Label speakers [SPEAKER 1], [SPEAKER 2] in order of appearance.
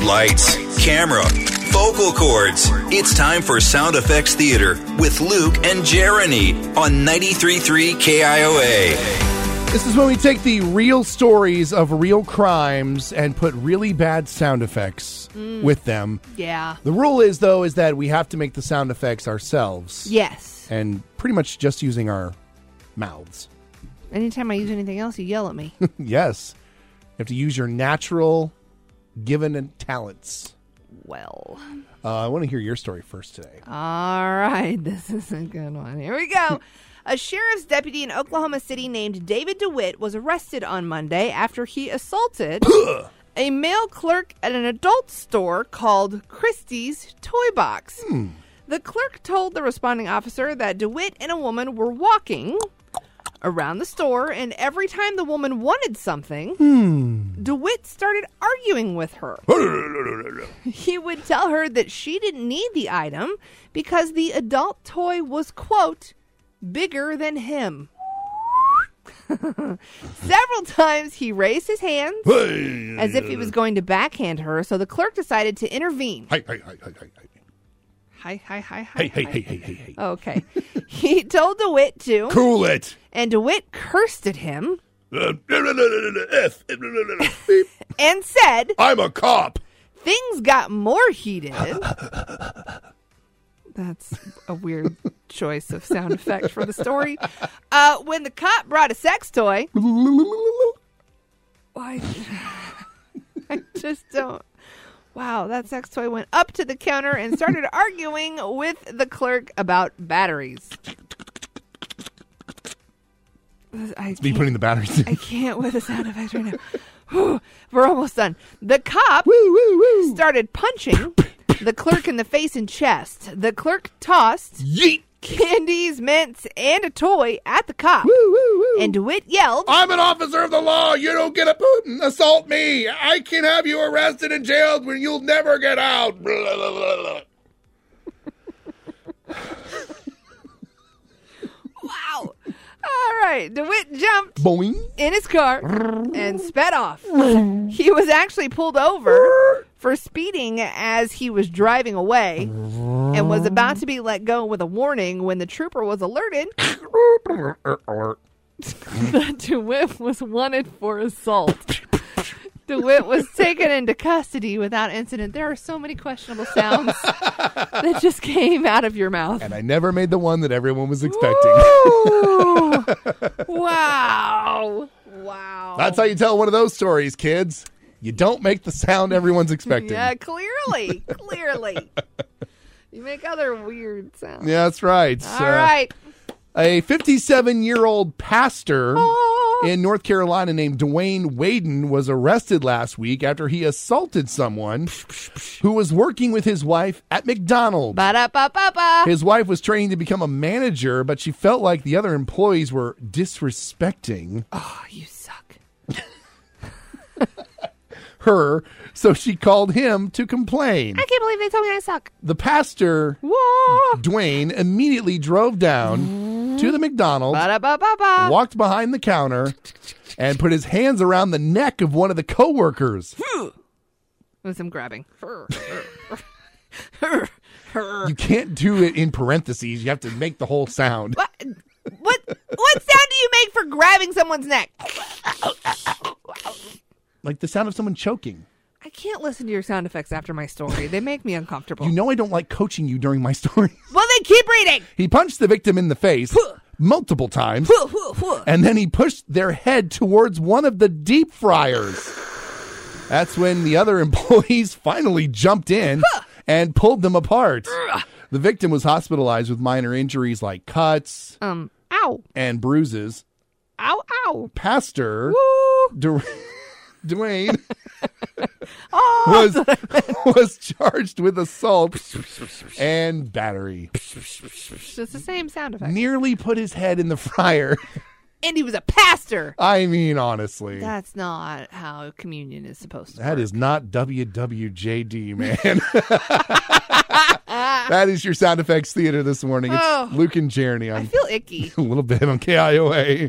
[SPEAKER 1] Lights, camera, vocal cords. It's time for Sound Effects Theater with Luke and Jeremy on 93.3 KIOA.
[SPEAKER 2] This is when we take the real stories of real crimes and put really bad sound effects
[SPEAKER 3] Mm.
[SPEAKER 2] with them.
[SPEAKER 3] Yeah.
[SPEAKER 2] The rule is, though, is that we have to make the sound effects ourselves
[SPEAKER 3] Yes.
[SPEAKER 2] and pretty much just using our mouths.
[SPEAKER 3] Anytime I use anything else, you yell at me.
[SPEAKER 2] yes. You have to use your natural given and talents.
[SPEAKER 3] well,
[SPEAKER 2] Uh, I want to hear your story first today.
[SPEAKER 3] Uh. all right. This is a good one. Here we go. a sheriff's deputy in Oklahoma City named David DeWitt was arrested on Monday after he assaulted a male clerk at an adult store called Christie's Toy Box. The clerk told the responding officer that DeWitt and a woman were walking around the store, and every time the woman wanted something, DeWitt started arguing with her. he would tell her that she didn't need the item because the adult toy was, quote, bigger than him. Several times he raised his hands as if he was going to backhand her, so the clerk decided to intervene.
[SPEAKER 2] Hey, hey, hey, hey, hey,
[SPEAKER 3] Hi, hi, hi, hi.
[SPEAKER 2] hey, hey, hey, hey, hey, hey.
[SPEAKER 3] Okay. he told DeWitt to,
[SPEAKER 2] Cool it.
[SPEAKER 3] and DeWitt cursed at him
[SPEAKER 2] F. Beep.
[SPEAKER 3] and said,
[SPEAKER 2] I'm a cop.
[SPEAKER 3] things got more heated. That's a weird choice of sound effect for the story. Uh, when the cop brought a sex toy, why? I just don't. Wow, that sex toy went up to the counter and started arguing with the clerk about batteries. I
[SPEAKER 2] Me
[SPEAKER 3] can't-
[SPEAKER 2] putting the batteries in.
[SPEAKER 3] I can't with the sound effects right now. Whew, we're almost done. The cop
[SPEAKER 2] Woo, woo, woo.
[SPEAKER 3] started punching the clerk in the face and chest. The clerk tossed
[SPEAKER 2] Yeet.
[SPEAKER 3] candies, mints, and a toy at the cop.
[SPEAKER 2] Woo, woo, woo.
[SPEAKER 3] And DeWitt yelled,
[SPEAKER 2] I'm an officer of the law. You don't get a Putin. Assault me. I can have you arrested and jailed when you'll never get out. Blah, blah, blah, blah.
[SPEAKER 3] Wow. All right. DeWitt jumped
[SPEAKER 2] Boing.
[SPEAKER 3] in his car and sped off. He was actually pulled over for speeding as he was driving away and was about to be let go with a warning when the trooper was alerted that DeWitt was wanted for assault. DeWitt was taken into custody without incident. There are so many questionable sounds that just came out of your mouth.
[SPEAKER 2] And I never made the one that everyone was expecting.
[SPEAKER 3] Ooh. wow. Wow.
[SPEAKER 2] That's how you tell one of those stories, kids. You don't make the sound everyone's expecting.
[SPEAKER 3] Yeah, clearly. clearly. You make other weird sounds.
[SPEAKER 2] Yeah, that's right.
[SPEAKER 3] All right.
[SPEAKER 2] A 57 year old pastor
[SPEAKER 3] Oh.
[SPEAKER 2] in North Carolina named Dwayne Waden was arrested last week after he assaulted someone who was working with his wife at McDonald's.
[SPEAKER 3] Ba da ba ba ba.
[SPEAKER 2] His wife was training to become a manager, but she felt like the other employees were disrespecting
[SPEAKER 3] Oh, you suck.
[SPEAKER 2] her, so she called him to complain.
[SPEAKER 3] I can't believe they told me I suck.
[SPEAKER 2] The pastor,
[SPEAKER 3] Whoa.
[SPEAKER 2] Dwayne, immediately drove down
[SPEAKER 3] Mm.
[SPEAKER 2] to the McDonald's,
[SPEAKER 3] Ba da ba ba ba.
[SPEAKER 2] walked behind the counter, and put his hands around the neck of one of the coworkers.
[SPEAKER 3] With some grabbing.
[SPEAKER 2] You can't do it in parentheses. You have to make the whole sound.
[SPEAKER 3] What? What? What sound do you make for grabbing someone's neck?
[SPEAKER 2] Like the sound of someone choking.
[SPEAKER 3] I can't listen to your sound effects after my story. They make me uncomfortable.
[SPEAKER 2] You know I don't like coaching you during my story.
[SPEAKER 3] well, then keep reading.
[SPEAKER 2] He punched the victim in the face multiple times.
[SPEAKER 3] Whew, whew, whew.
[SPEAKER 2] and then he pushed their head towards one of the deep fryers. That's when the other employees finally jumped in and pulled them apart. The victim was hospitalized with minor injuries like cuts
[SPEAKER 3] Um. Ow.
[SPEAKER 2] and bruises.
[SPEAKER 3] Ow. Ow.
[SPEAKER 2] Pastor
[SPEAKER 3] Woo.
[SPEAKER 2] Du- Dwayne
[SPEAKER 3] Oh.
[SPEAKER 2] was was charged with assault and battery.
[SPEAKER 3] It's just the same sound effect.
[SPEAKER 2] Nearly put his head in the fryer.
[SPEAKER 3] and he was a pastor.
[SPEAKER 2] I mean, honestly,
[SPEAKER 3] That's not how communion is supposed to.
[SPEAKER 2] That is not WWJD, man. that is your sound effects theater this morning. It's
[SPEAKER 3] Oh.
[SPEAKER 2] Luke and Jeremy
[SPEAKER 3] I
[SPEAKER 2] on
[SPEAKER 3] feel icky.
[SPEAKER 2] a little bit on KIOA.